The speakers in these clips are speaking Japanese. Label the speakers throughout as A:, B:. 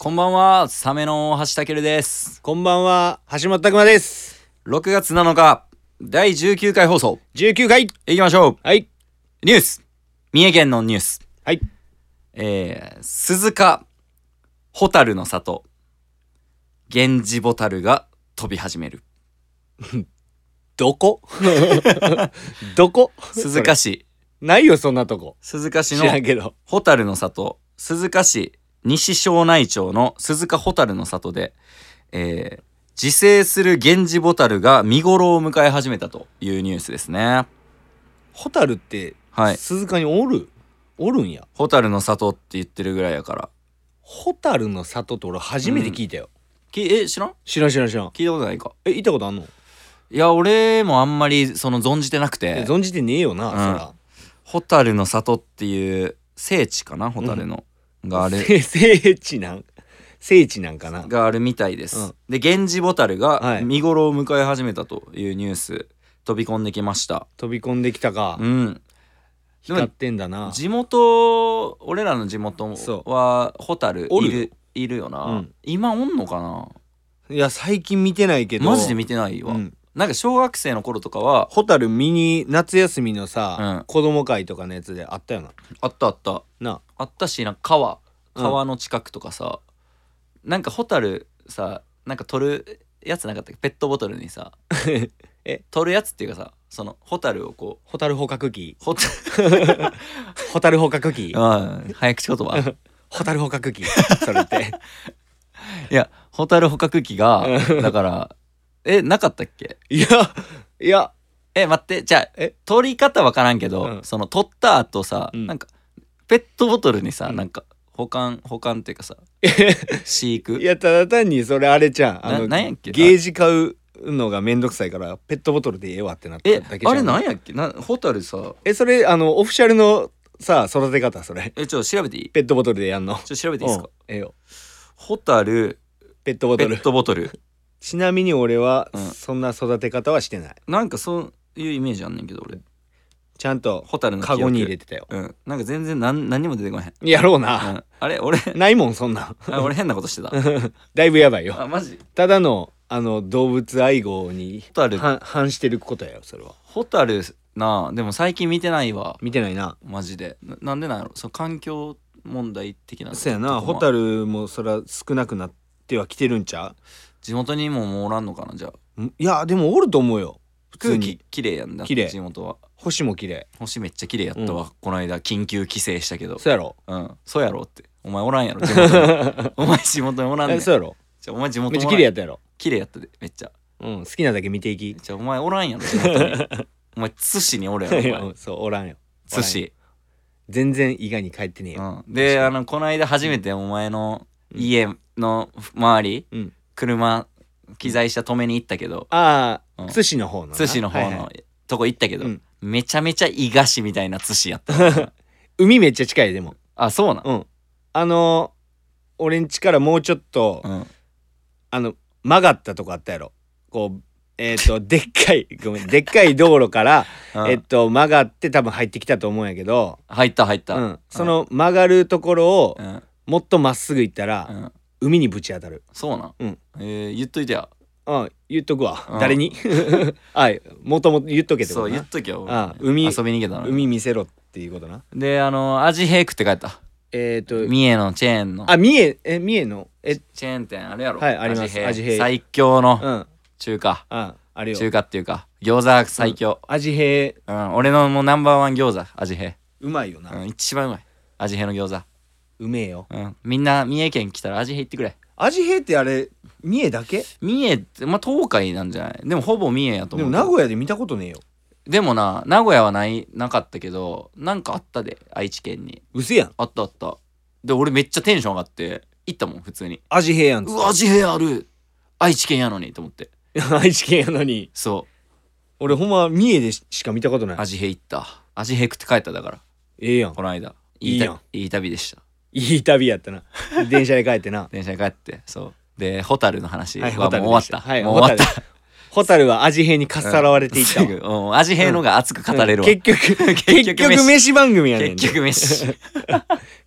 A: こんばんは、サメの大橋たけるです。
B: こんばんは、橋本拓馬です。
A: 6月7日、第19回放送、
B: 19回
A: いきましょう
B: はい。
A: ニュース三重県のニュース。
B: はい。
A: えー、鈴鹿、ホタルの里、源氏ボタルが飛び始める。
B: どこどこ
A: 鈴鹿
B: 市。
A: 市、
B: ないよ、 そんなとこ。
A: 鈴鹿市
B: 知
A: の
B: らんけど。
A: ホタルの里、鈴鹿市西庄内町の鈴鹿ホタルの里で、えー、自生する源氏ボタルが見頃を迎え始めたというニュースですね。
B: ホタルって、
A: はい
B: 鈴鹿におるおるんや。
A: ホタルの里って言ってるぐらいやから。
B: ホタルの里って俺初めて聞いたよ。
A: きえ、知らん
B: 知らん知らん知らん。
A: 聞いたことないか。
B: え、行ったことあんの、
A: いや、俺もあんまりその存じてなくて、
B: 存じてねえよな、
A: うん
B: そら。
A: ホタルの里っていう聖地かな、ホタルの。がある、
B: せ聖地なん、聖地なんかな。
A: があるみたいです。
B: うん
A: で、源氏ボタル
B: は
A: が
B: い
A: 見頃を迎え始めたというニュース、飛び込んできました。
B: 飛び込んできたか
A: う。ん。で
B: 光っ
A: も
B: てんだな。
A: 地元俺らの地元
B: そ
A: はホタル
B: お
A: い
B: るよ
A: るいるよな、
B: うん
A: 今おんのかない
B: や、最近見てないけど。
A: マジで見
B: て
A: てないわ、
B: うん
A: なんか小学生の頃とかは
B: ホタルミニ夏休みの
A: う
B: さ、
A: ん
B: 子供会とかのやつであったよな。
A: あったあった
B: な
A: あったしなんか川
B: うん
A: 川の近くとかさ、なんかホタルさなんか取るやつなかったっけペットボトルにさ
B: え
A: 取るやつっていうかさそのホタルをこ
B: ホタル捕獲器
A: うホタ
B: ホタル捕獲器
A: うん早口言葉
B: ホタル捕獲器 それって
A: いやホタル捕獲器が
B: う
A: だからえなかったっけ
B: いやいや
A: え待ってじゃあ
B: え
A: 取り方わからんけど、
B: うん
A: その取った後さ、
B: うん
A: なんかペットボトルにさ、
B: うん
A: なんか保管保管っていうかさ飼
B: い
A: 育
B: やただ単にそれあれじゃん
A: な
B: あの
A: なんやっけ
B: ゲージ買うのがめんどくさいからペットボトルでええわってなった
A: え
B: だけじゃん
A: あれなんやっけなホタルさ
B: えそれあのオフィシャルのさ育て方それ
A: えちょっと調べていい
B: ペットボトルでやんの
A: ちょっと調べていいですか
B: うんええよ
A: ホタル
B: ペットボ
A: ペ
B: トル
A: ットボトル
B: ちなみに俺は
A: うん
B: そんな育て方はしてない、
A: なんかそういうイメージあんねんけど俺
B: ちゃんと
A: ホタルの
B: カゴに入れ
A: て
B: てたよ
A: うんなんか全然なん何にも出てこへん、
B: やろう
A: う
B: な、
A: ん、あれ俺
B: ないもんそんなん
A: あ俺変なことしてた
B: だ いぶやばいよ
A: あマジ
B: ただのあの動物愛護に
A: ホタル
B: 反反してることやよそれは
A: ホタルなあでも最近見てないわ
B: 見てないな
A: マジでななんでなんやろその環境問題的な
B: そうや
A: と
B: な
A: こ
B: ホ
A: も
B: タルもそら少なくなってはきてるんちゃ
A: 地元にももうおらんのかなじゃあ
B: うんいやでもおると思うよ普通
A: 空気
B: に
A: きれいやんな
B: 綺麗
A: 地元は
B: 星も綺麗
A: 星めっちゃ綺麗やったわ、この間緊急帰省したけど
B: そうやろ
A: うんそうやろってお前おらんやろ地元に お前地元におらんねん
B: えそうやろ
A: じゃあお前地元おらん
B: めっちゃ綺麗やったやろ
A: 綺麗やったでめっちゃ
B: うん好きなだけ見てい き
A: じゃあお前おらんやろ地元に お前津市におるやろお前
B: うんそうおらんよ
A: 津市、
B: 全然伊賀に帰ってねえ
A: う
B: よ
A: ん、であのこの間初めてお前の家の周り、
B: うん
A: 車機材車止めに行ったけど、
B: あ
A: う
B: あ
A: ん
B: 津市の方のな
A: 津市の方
B: はいは
A: の
B: い
A: とこ行ったけど、
B: うん
A: めちゃめちゃ伊賀市みたいな津市やった
B: 海めっちゃ近いでも
A: あそうなん、
B: うんあのー俺ん家からもうちょっと
A: うん、
B: あの曲がったとこあったやろこうえっ、 とでっかいごめんでっかい道路から
A: うん
B: えっと曲がって多分入ってきたと思うんやけど、
A: 入った入った、
B: うん、その曲がるところを
A: うん、うん
B: もっとまっすぐ行ったら、海にぶち当たる。
A: そうなん、
B: うん
A: えー言っといてや
B: うん、言っとくわ、
A: うん
B: 誰に はいもともと言っとけってこ
A: そう
B: と
A: 言
B: な
A: っときゃ俺
B: あ海
A: 遊びに行けたの
B: 海見せろっていうことな
A: であのアジヘイクって書いた
B: えっ、と
A: 三重のチェーンの
B: あ三重え三重のえ
A: チェーン店あれやろ
B: はいあります
A: ア
B: ア
A: ジ
B: ジ
A: ヘ
B: ヘ
A: イ
B: イ
A: 最強の
B: うん
A: 中華、
B: ああれよ
A: 中華っていうか餃子最強、
B: 味平
A: うん俺のもうナンバーワン餃子アジヘ
B: うまいよ
A: イ、
B: な、
A: うん、一番うまいアジヘイの餃
B: うめえよ
A: 子、うん、みんな三重県来たらアジヘイ行ってくれ
B: 味平ってあれ三重だけ
A: 三重ってまあ東海なんじゃないでもほぼ三重やと
B: で
A: 思
B: も
A: う
B: 名古屋で見たことねえよ
A: でもな名古屋はないなかったけどなんかあったで愛知県に
B: うせやん
A: あったあったで俺めっちゃテンション上がって行ったもん普通に
B: 味平やんつ
A: う
B: っ
A: わ地平ある愛知県やのにと思って
B: て 愛知県やのに
A: そ
B: 俺ほんま三重でししか見たことな
A: う
B: い
A: アジヘイ行ったアジヘイ食って帰っただから
B: ええやん
A: この間
B: いいやん
A: いい旅でした
B: いい旅やったな電車で帰ってな
A: 電車で帰ってそうでホタルの話は
B: はい
A: もう
B: ホタル
A: 終わった、
B: でしたはい
A: もう終わった
B: ホタルは味平にかっさらわれていったわ、
A: すぐうんアジヘイのが熱く語れるわ、
B: 結局結
A: 局飯
B: 局飯番組やねん
A: 結局飯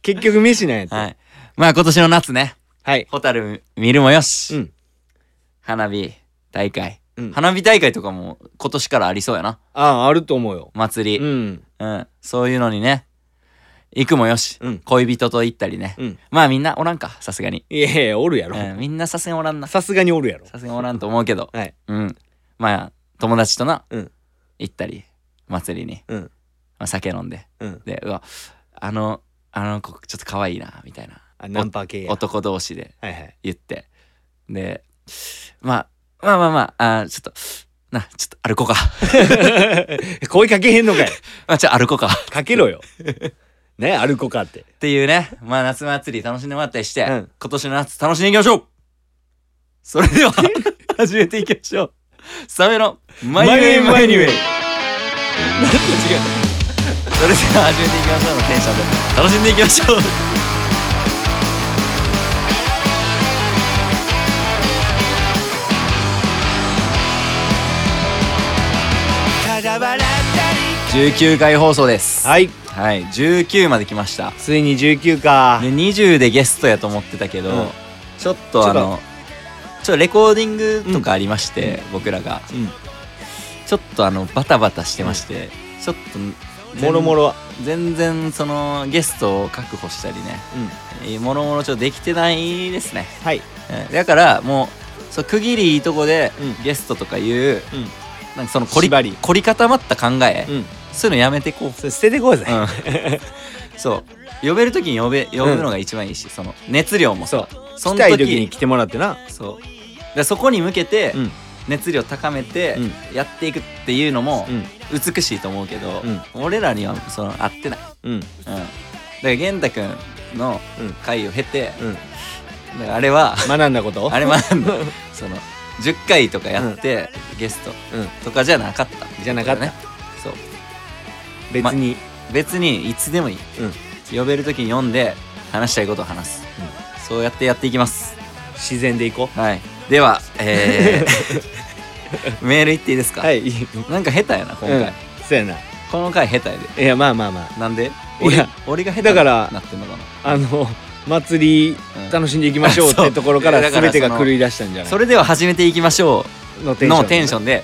B: 結局飯なんやって、
A: はいまあ今年の夏ね
B: はい
A: ホタル見るもよし、
B: うん
A: 花火大会、
B: うん
A: 花火大会とかも今年からありそうやな
B: あああると思うよ
A: 祭り、
B: うん
A: うんそういうのにね行くもよし、
B: うん
A: 恋人と行ったりね、
B: うん
A: まあみんなおらんかさすがに、
B: いやいやおるやろ
A: うんみんなさすがにおらんなさ
B: さすがにおるやろ
A: すがにおらんと思うけど、
B: はい
A: うんまあ友達とな、
B: うん
A: 行ったり祭りに、
B: うん
A: まあ、酒飲んで
B: うん
A: でうわあのあの子ちょっと可愛いなみたいな
B: あナンパ系や
A: 男同士で
B: はい はい
A: 言ってで、まあ、まあまあまああーちょっとなちょっと歩こうか
B: 声かけへんのかい
A: まあちょっと歩こうかっ
B: かけろよね歩こうかって
A: ていうねまあ夏祭り楽しんでもらったりして、
B: うん
A: 今年の夏楽しんでいきましょうそれで は始めていきましょうサメのマイウェイマイニウェイ
B: なんか違う
A: それでは始めていきましょうのテンションで楽しんでいきましょう19回放送です
B: はい
A: はい、19まで来ました
B: ついに19か
A: で20でゲストやと思ってたけど、
B: うん
A: ちょっとあのちょっとレコーディングとかありまして、僕らが
B: う
A: ちょっとあのバタバタしてまして、ちょっ
B: ん
A: と
B: もろも
A: ろ
B: ろ
A: 全然そのゲストを確保したりね
B: うん
A: えーもろもろちょっとできてないですね、
B: はい
A: えーだからもうそう区切りいいとこで、
B: うん
A: ゲストとかいう
B: うん
A: なんかその凝り
B: 縛り
A: 凝り固まった考え、
B: うん
A: そういうのやめてこう
B: それ捨ててこうぜ
A: うん そう呼べる時に呼べ呼ぶのが一番いいし、その熱量も
B: そう
A: そ
B: 来
A: の
B: たい時に来てもらってな
A: そうでそこに向けて
B: うん
A: 熱量高めて
B: うん
A: やっていくっていうのも
B: うん
A: 美しいと思うけど、俺らにはその合ってない、
B: うん
A: うん、だから源太くんの
B: うん
A: 回を経て、
B: うん
A: だからあれ は
B: 学んだこと
A: あれ学んだその10回とかやって、ゲスト
B: うん
A: とかじゃなかった
B: じゃなかった
A: ねそう
B: 別に
A: 別にいつでもいい
B: うん
A: 呼べる時に読んで話したいことを話す、そうやってやっていきます
B: 自然でいこ
A: はいではえ ー メールいっていいです
B: う
A: か、
B: はいいい
A: なんか下手やな今回、
B: うんそうやな
A: この回下手や
B: いやまあまあまあ
A: でなんで
B: いや
A: 俺俺が下手
B: だから
A: なってんのかな
B: あの祭り
A: うん
B: 楽しんでいきましょうっ
A: あそ
B: て
A: う
B: ところから
A: だから
B: 全てが
A: その
B: 狂い出したんじゃない
A: それでは始めていきましょ
B: の
A: うのテンショ
B: ン
A: ンで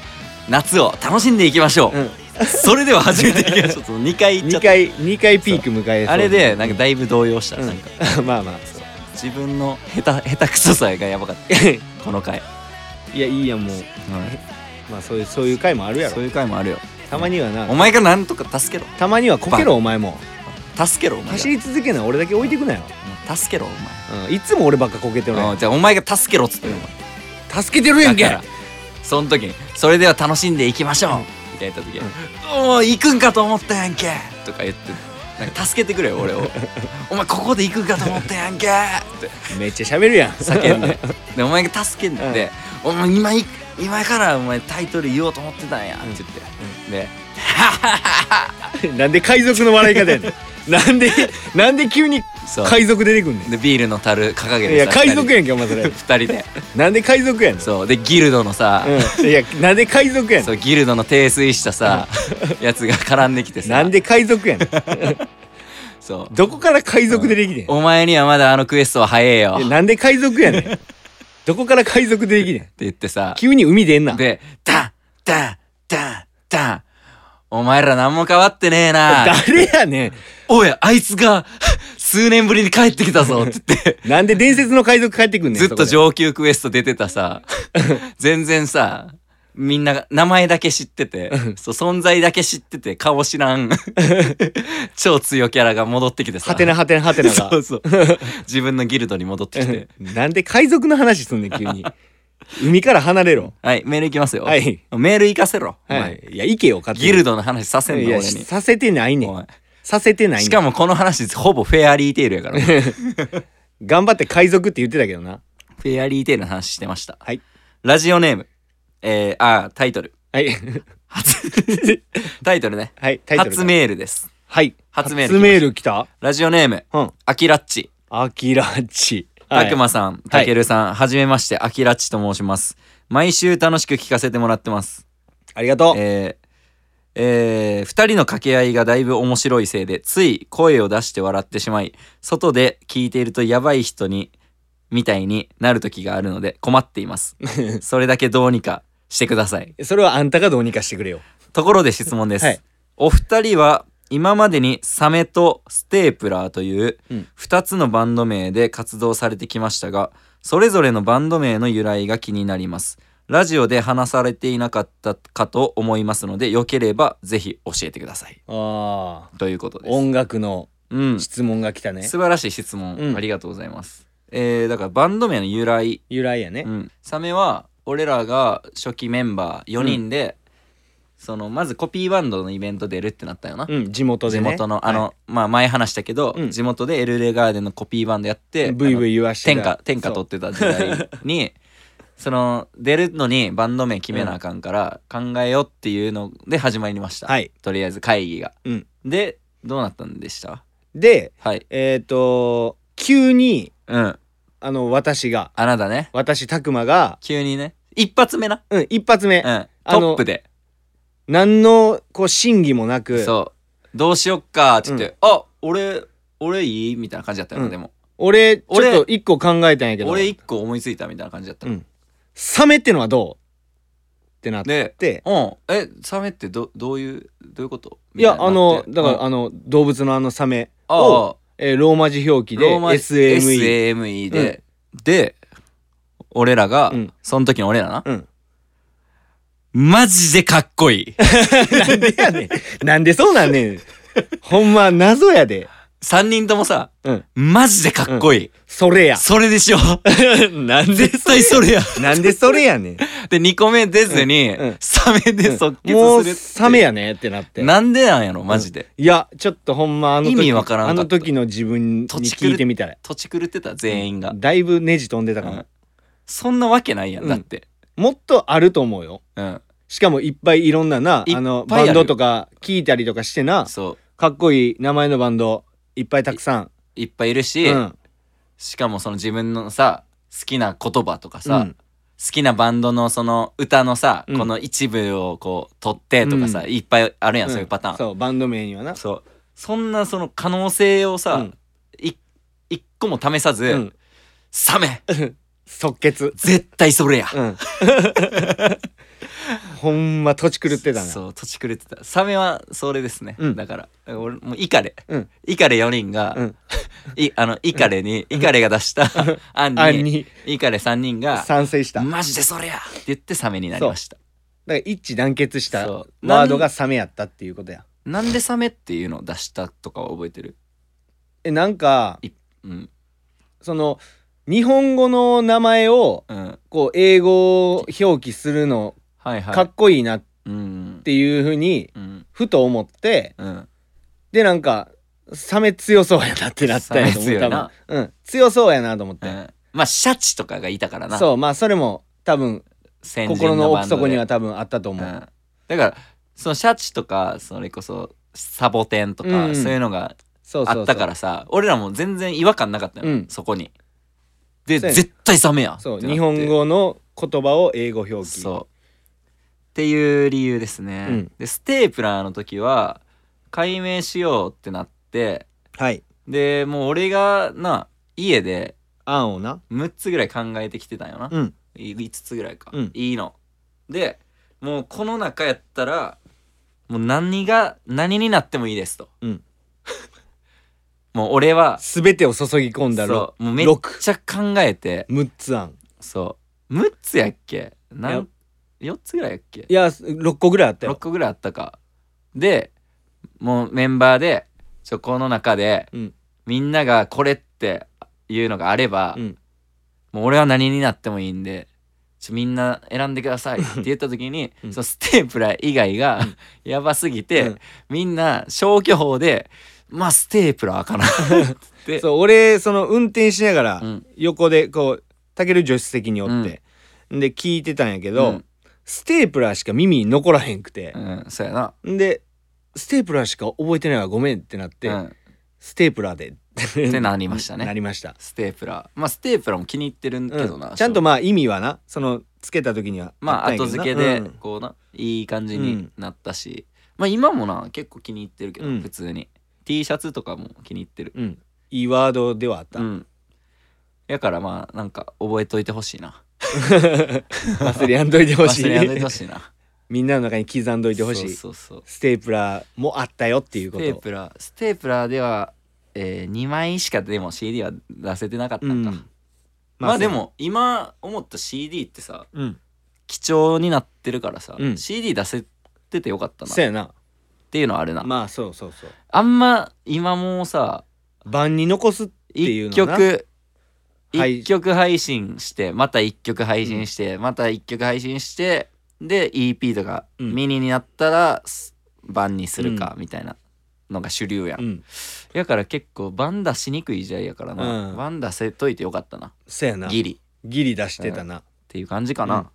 A: 夏を楽しんでいきましょう、
B: うん
A: それでは始めていき ましょう2回言っちゃ
B: 2
A: った
B: 回2回ピーク迎えそう
A: あれでなんかだいぶ動揺した、なんか
B: うん まあまあそう
A: 自分の下手下手くそさがやばか ったこの回、
B: いやいいやもうまあそういうそういう回もあるや
A: そ
B: ろ
A: ういう回もあるよ
B: たまには
A: お
B: な
A: 前がなんとか助けろ
B: たまにはこけろお前も
A: 助けろお前が
B: 走り続けな俺だけ置いてくなよ、
A: うん助けろお
B: うん、いつも俺ばっかこけてる
A: 前うんじゃあお前が助けろっつってるお
B: 助けてる
A: 前だからその時に「それでは楽しんでいきましょう」みたいな時に「おお行くんかと思ったやんけ」とか言ってなんか助けてくれ よ俺を「お前ここで行くんかと思ったやんけ」って
B: めっちゃ喋るやん
A: 叫んででお前が助けんで「お前今い今からお前タイトル言おうと思ってたんや」って言ってで
B: なんで海賊の笑い方やね んなんでなんで急に
A: そう
B: 海賊出てくんね
A: でビールの樽掲げ
B: んい
A: て
B: や
A: さ
B: 海賊や
A: ん
B: んけお前それ
A: 2人で
B: なんで海賊やねん
A: そうでギルドのさ、
B: うんいやなんで海賊やね
A: そうギルドの泥酔したさ、やつが絡んできて
B: ん
A: さ
B: なんで海賊やねん
A: そう
B: どこから海賊出てきてんい
A: お前にはまだあのクエストは早えよ
B: や
A: って
B: なんで海賊やねんどこから海賊出てきてん
A: 言ってさ
B: 急に海出んな
A: でダンダンダンダンお前ら何も変わってねえな
B: 誰やねん
A: おいあいつが数年ぶりに帰ってきた ぞって言って
B: なんで伝説の海賊帰ってくんねん
A: ずっと
B: そこ
A: 上級クエスト出てた さ全然さみんな名前だけ知っててそう存在だけ知ってて顔知ら ん超強キャラが戻ってきて
B: で
A: さ
B: はてなはてなはてなが
A: そう そう自分のギルドに戻ってきて
B: なんで海賊の話すんねん急 に海から離れろ
A: はい、メールいきますよ。
B: はい。
A: メール行かせろ。お
B: は
A: 前
B: いいや行けよ勝手に
A: ギルドの話させん
B: い
A: の、
B: や
A: 俺に。
B: させてないね
A: お
B: ん
A: 前
B: させてないねん
A: しかもこの話、ほぼフェアリーテイルや から。フ
B: 頑張って海賊って言ってたけどな
A: ェアリーテイルの話してました。
B: はい
A: ラジオネーム。えー、あー、タイトル。
B: はい
A: 初 タイトルね。
B: はいタイトル
A: 初メールです。
B: はい
A: 初メール
B: 初メール来た
A: ラジオネーム、
B: うん
A: アキラッチ。
B: アキラッチは
A: た
B: い
A: くまさん、たけるさん、はじめまして、アキラッチと申します。毎週楽しく聞かせてもらってます。
B: ありがとう
A: えーえ2人の掛け合いがだいぶ面白いせいでつい声を出して笑ってしまい外で聞いているとやばい人にみたいになる時があるので困っています。 それだけどうにかしてください。
B: それはあんたがどうにかしてくれよ
A: ところで質問です。
B: はい
A: お二人は今までにサメとステープラーという
B: うん
A: 2つのバンド名で活動されてきましたが、それぞれのバンド名の由来が気になります。ラジオで話されていなかったかと思いますので、よければぜひ教えてください。
B: あ
A: ということ
B: ー
A: です。
B: 音楽の
A: うん、素
B: 質問が来たね
A: 晴らしい質問、
B: うん
A: ありがとうございます。えー、だからバンド名の由来
B: 由来やね
A: うん、サメは俺らが初期メンバー4人で、そのまずコピーバンドのイベント出るってなったよな、
B: うん地元
A: 地
B: でね
A: 元のあの、まあ前話したけど、
B: うん
A: 地元でエルレガーデンのコピーバンドやって
B: ブイブ
A: イ
B: イ言わして
A: 天下天下取ってた時代に その出るのにバンド名決めなあかんから考えようっていうので始まりました、
B: はい
A: とりあえず会議が、
B: うん
A: でどうなったんでした
B: で
A: はい
B: えっ、と急に
A: うん
B: あの私が
A: あなたね
B: 私拓磨が、
A: 急にね一発目な、
B: うん、一発目、
A: うん、
B: あ
A: ト
B: の
A: ップで
B: 何のこう審議もなく
A: そうどうしよっかって言って、あ俺俺いいみたいな感じだったよな、
B: うん
A: でも
B: 俺ちょ
A: 俺
B: っと一個考えたんやけど
A: 俺一個思いついたみたいな感じだった、
B: うんサメってのはどうってなっ
A: で
B: て
A: うんえサメってどどういうどういうこと
B: いやあのだから、
A: あ
B: あの動物のあのサメ
A: あ
B: を、えーローマ字表記で
A: ローマ
B: SME
A: SAME で、で俺らが、
B: うん
A: その時の俺らな、
B: うん
A: マジでかっこ いい
B: なんでやねんなんでそうなんねんほんま謎やで
A: 三人ともさ
B: うん
A: マジでかっこいい、
B: そ れや
A: それでし ょ
B: なんで
A: 絶対それや
B: なんでそれやねん
A: で2個目出ずに、
B: うんうん
A: サメで即決するって、
B: もうサメやねってなって
A: なんでなんやろマジで、
B: いやちょっとほんまあの時
A: 意味わからんか
B: あ
A: った
B: の時の自分に聞いてみたら
A: 土地狂ってた全員が、
B: だいぶネジ飛んでたか
A: う
B: も
A: んそんなわけないやん、
B: うん
A: だって、
B: もっとあると思うよ
A: うん、
B: しかもいっぱいいろんなない
A: っぱいあ
B: あ
A: る
B: のバンドとか聞いたりとかしてな
A: そ
B: かっこいい名前のバンドいっぱいたくさん
A: ういっぱいいるし、
B: うん
A: しかもその自分のさ好きな言葉とかさ、
B: うん
A: 好きなバンドのその歌のさ、
B: うん
A: この一部をこう取ってとかさ、
B: うん
A: いっぱいあるやん、そういうパターン
B: うんそうバンド名にはな
A: そうそんなその可能性をさ、
B: うん
A: い一個も試さず、
B: うん
A: サメ
B: 即決
A: 絶対それや、
B: うん ほんま土地狂ってたな
A: そう土地狂ってたサメはそれですね、
B: うん
A: だから俺もうイカレ、
B: うん
A: イカレ4人が、
B: うん
A: いあのイカレに、イカレが出 した案に
B: あんに
A: イカレ3人が
B: 賛成し
A: 「
B: ただか
A: マジでそれや!」って言ってサメになりました
B: ら一致団結した
A: そ
B: ワ
A: うなん
B: ードがサメやったっていうことや
A: なんでサメっていうのを出したとかは覚えてる
B: えなんか
A: うん
B: その日本語の名前を
A: うん
B: こう英語を表記するの
A: はいはい
B: かっこいいなっ
A: うん
B: ていうふうに
A: うん
B: ふと思って
A: うん
B: でなんかサメ強そうやなってなったんや
A: サ
B: と思
A: メ強い
B: う多
A: な
B: 分、うん、強そうやなと思っ
A: う
B: て、
A: んまあシャチとかがいたからな
B: そうまあそれも多分
A: 先人
B: 心の
A: バ
B: 奥
A: ンドで
B: 底には多分あったと
A: うん
B: 思う、
A: だからそのシャチとかそれこそサボテンとか、
B: うん
A: そういうのが
B: そうそうそう
A: あったからさ俺らも全然違和感なかったのよ、
B: うん
A: そこにで
B: そうやね
A: 絶対サメや
B: そう
A: ってなって
B: 日本語の言葉を英語表記
A: そうっていう理由ですね、
B: うん
A: でステープラーの時は解明しようってなって
B: はい
A: でもう俺がな家で
B: 案をな
A: 6つぐらい考えてきてたんよな、
B: うん
A: い5つぐらいか、
B: うん
A: いいのでもうこの中やったらもう何が何になってもいいですと、
B: うん
A: もう俺は
B: 全てを注ぎ込んだろ
A: そうもうめっ
B: 六
A: ちゃ考えて
B: 6つ案
A: そう6つやっけなん
B: い
A: 4つぐらいやっけ
B: いや6個ぐらいあった
A: 6
B: よ
A: 個ぐらいあったかでもうメンバーでちょこの中で、
B: うん
A: みんながこれっていうのがあれば、
B: うん
A: もう俺は何になってもいいんでちょみんな選んでください って言った時に、
B: うん
A: そのステープラー以外が、やばすぎて、
B: うん
A: みんな消去法でまあステープラーかなって
B: そう俺その運転しながら
A: うん
B: 横でこうたける助手席におって、で聞いてたんやけど、
A: うん
B: ステープラーしか耳に残らへんくて
A: う、んそうやな、
B: でステープラーしか覚えてないわごめんってなって、
A: うん
B: ステープラーでって
A: なりましたね
B: なりました、
A: ステープラーまあステープラーも気に入ってるん
B: うん
A: けどな、
B: ちゃんとまあ意味はなそのつけた時には
A: まあ
B: ったんや
A: 後
B: けど
A: 付け
B: な
A: で
B: うん
A: こうな、いい感じになったし、まあ今もな結構気に入ってるけど、
B: うん
A: 普通に T シャツとかも気に入ってる、
B: うんいいワードではあった、
A: うんやからまあなんか覚えといてほしいな
B: 忘れやんといてほしい
A: 忘れやめてほ しいな
B: みんなの中に刻んどいてほしい
A: そうそうそう
B: ステープラーもあったよってい
A: ス
B: うこ
A: テー
B: と
A: プラーステープラーでは、えー、2枚しかでも CD は出せてなかった
B: うんん
A: か、まあでも今思った CD ってさ
B: うん
A: 貴重になってるからさ、
B: うん
A: CD 出せててよかったなっ
B: そうやな
A: ていうのはあるな、
B: まあそうそうそう
A: あんま今もうさ
B: 盤に残すっていう
A: 一
B: のな
A: 曲
B: はい
A: 一曲配信してまた一曲配信して、また一曲配信してで EP とか
B: うん
A: ミニになったらす版にするかみたいなのが主流やん、
B: うん
A: やから結構版出しにくい時代やからな、
B: うん
A: 版出せといてよかったな
B: そうやな
A: ギリっ
B: ギリ出してたな
A: ていう感じかな、
B: うん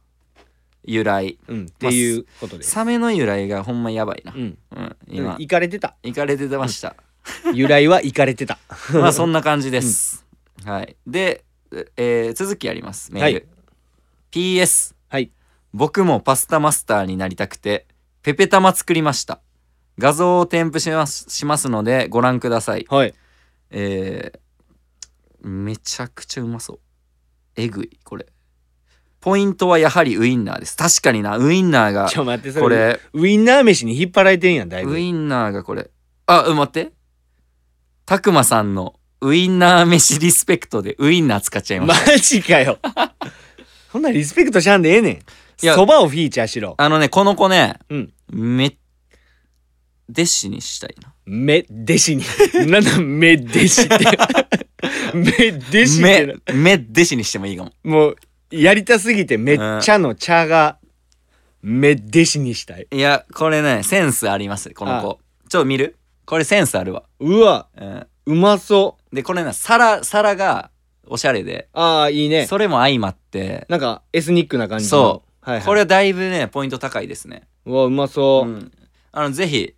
A: 由来
B: うんっていうことです
A: サメの由来がほんまやばいな、
B: うん
A: うん、今
B: 行かれてた
A: 行かれてました
B: 由来は行かれてた
A: まあそんな感じです。はい。で、えー続きやります。メール。
B: はい
A: PS、
B: はい
A: 僕もパスタマスターになりたくて、ペペ玉作りました。画像を添付しますしますのでご覧ください。
B: はい
A: えーめちゃくちゃうまそう。えぐい、これ。ポイントはやはりウインナーです。確かにな、ウインナーが
B: ち、ょ待ってそれ
A: これ、
B: ウインナー飯に引っ張られてんやんだい
A: ウ
B: ぶ
A: インナーがこれ。あ、うん待って。たくまさんのウインナー飯リスペクトでウインナー使っちゃいま
B: マ
A: した。
B: ジかよそんなリスペクトしゃんでええねん
A: いや
B: そばをフィーチャーしろ
A: あのね、この子ね、
B: うん
A: め、弟子にしたいな。
B: 目弟子に なんだ目弟子って目弟子ってな
A: め、め弟子にしてもいいかも。
B: もうやりたすぎてめっちゃの茶が目弟子にしたい
A: いや、これね、センスあります、この子。ちょっと見るこれセンスあるわ。
B: うわ
A: うん、
B: うまそう
A: で、これね、皿、皿がおしゃれで、
B: ああいいね
A: それも相まって、
B: なんかエスニックな感じの、
A: そう
B: はいはい、
A: これはだいぶね、ポイント高いですね。
B: うわうまそう、
A: うん、あのぜひ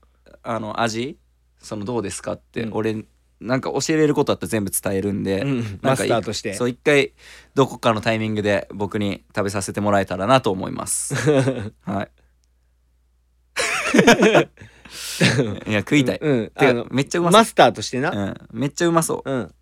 A: あの味そのどうですかって、
B: うん
A: 俺なんか教えれることあったら全部伝えるんで、
B: うん
A: なんか
B: マスターとして
A: そう一 回どこかのタイミングで僕に食べさせてもらえたらなと思います はいいや食いたい、
B: うん、
A: てか
B: あの
A: めっちゃうまそう
B: マスターとしてな
A: うん、めっちゃうまそう
B: うん、、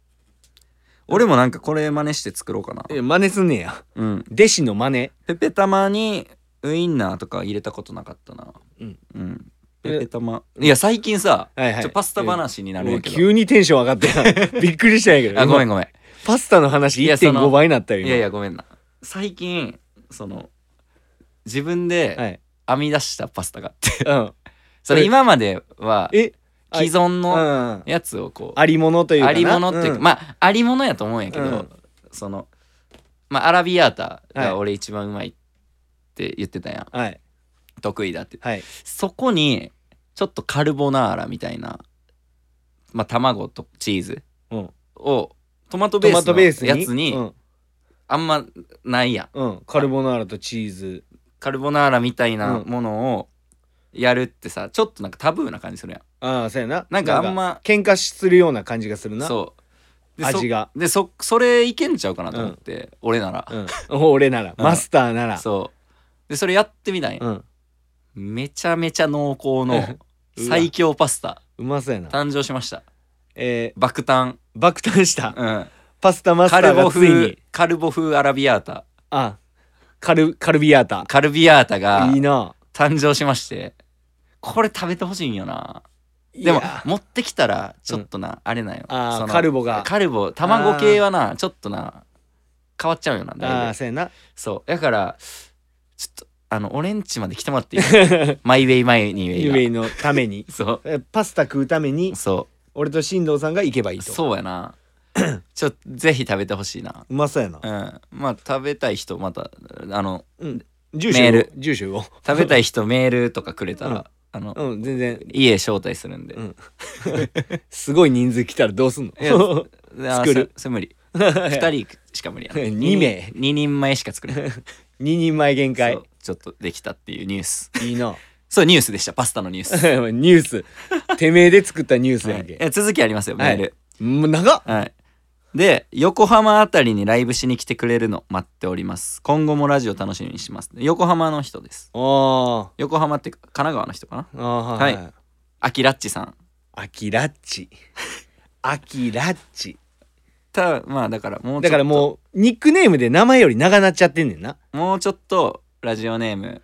A: 俺もなんかこれ真似して作ろうかない
B: や真似すんねや
A: うん、
B: 弟子の真似
A: ペペ玉にウインナーとか入れたことなかったな
B: うん、
A: うん、ペペ玉いや最近さ、
B: はいはい
A: ちょパスタ話になるん
B: も
A: や
B: う
A: けど、
B: 急にテンション上が ってびっくりしたんやけど
A: あごめん
B: 今
A: ごめん
B: パスタの話
A: いやその
B: 1.5倍になったよ
A: い
B: 今
A: やいやごめんな最近その自分で
B: はい、
A: 編み出したパスタがあって
B: うん、
A: それ今までは既
B: えあ
A: 存
B: う
A: の
B: ん
A: やつをこう
B: ありものというかな
A: ありものっていうか、
B: ん
A: まあありものやと思うんやけど、
B: うん
A: そのまあアラビアータ
B: はい
A: が俺一番うまいって言ってたやん、
B: はい
A: 得意だって
B: はい
A: そこにちょっとカルボナーラみたいなまあ卵とチーズ
B: うん
A: をトマト
B: ト
A: ベ
B: マトベー
A: ース
B: ス
A: の
B: に
A: やつに
B: うん
A: あんまないやん
B: うん、カルボナーラとチーズ
A: カルボナーラみたいな
B: うん
A: ものをやるってさちょっとなんかタブーな感じするやん
B: ああそうやな
A: なんかあんま
B: 喧嘩するような感じがするな
A: そうでそ
B: 味が
A: でそそれいけんちゃうかなと思って、俺なら、
B: うん、 俺なら
A: うん
B: マスターなら
A: そうでそれやってみたんや
B: う、ん、
A: めちゃめちゃ濃厚の
B: うわ
A: 最強パスタ
B: うまそうやな
A: 誕生しました
B: え
A: 爆誕、
B: ー、爆誕した
A: うん、
B: パスタマスタ
A: カ
B: ー
A: ル
B: が
A: ボ
B: ついに
A: 風カルボ風アラビアータ
B: あカルカルビアータ
A: カルビアータが
B: いいな
A: 誕生しましてこれ食べてほしいんよないでも
B: や
A: 持ってきたらちょっとな、あれなんよ
B: あー
A: その
B: カルボが
A: カルボ卵系はなちょっとな変わっちゃうよな
B: あ
A: だい
B: ー
A: ぶ
B: そうやな
A: そうだからちょっとあの俺んちまで来てもらってい いマイウェイマイニウ
B: ゆ
A: ェ
B: え
A: イ
B: いのために
A: がそ
B: えパスタ食うために
A: うそ
B: 俺と進藤さんが行けばいいうと
A: そうや なちょっとぜひ食べてほしいな
B: うまそうやな
A: う、んまあ食べたい人またあの
B: うん、住所を
A: メール
B: 住所を
A: 食べたい人メールとかくれたら、あの、
B: うん全然
A: 家招待するんで、
B: うんすごい人数来たらどうすん
A: いや
B: の
A: あ
B: 作る
A: そそれ無理
B: 二
A: 2人しか無理や
B: 二名
A: 2人前しか作れない
B: 二人前限界
A: そうちょっとできたっていうニュース
B: いいな
A: そうニュースでしたパスタのニュース、
B: ニュースてめえで作ったニュース
A: は
B: やん
A: い
B: け、
A: え続きありますよメール
B: もう長っ
A: はい、で横浜あたりにライブしに来てくれるの待っております今後もラジオ楽しみにします横浜の人です
B: あ
A: 横浜って神奈川の人かな
B: ーあーはい、
A: はいアキラッチさん
B: アキラッチアキラッチ
A: たまあだからもうちょっと
B: だからもうニックネームで名前より長なっちゃってんね んな
A: もうちょっとラジオネーム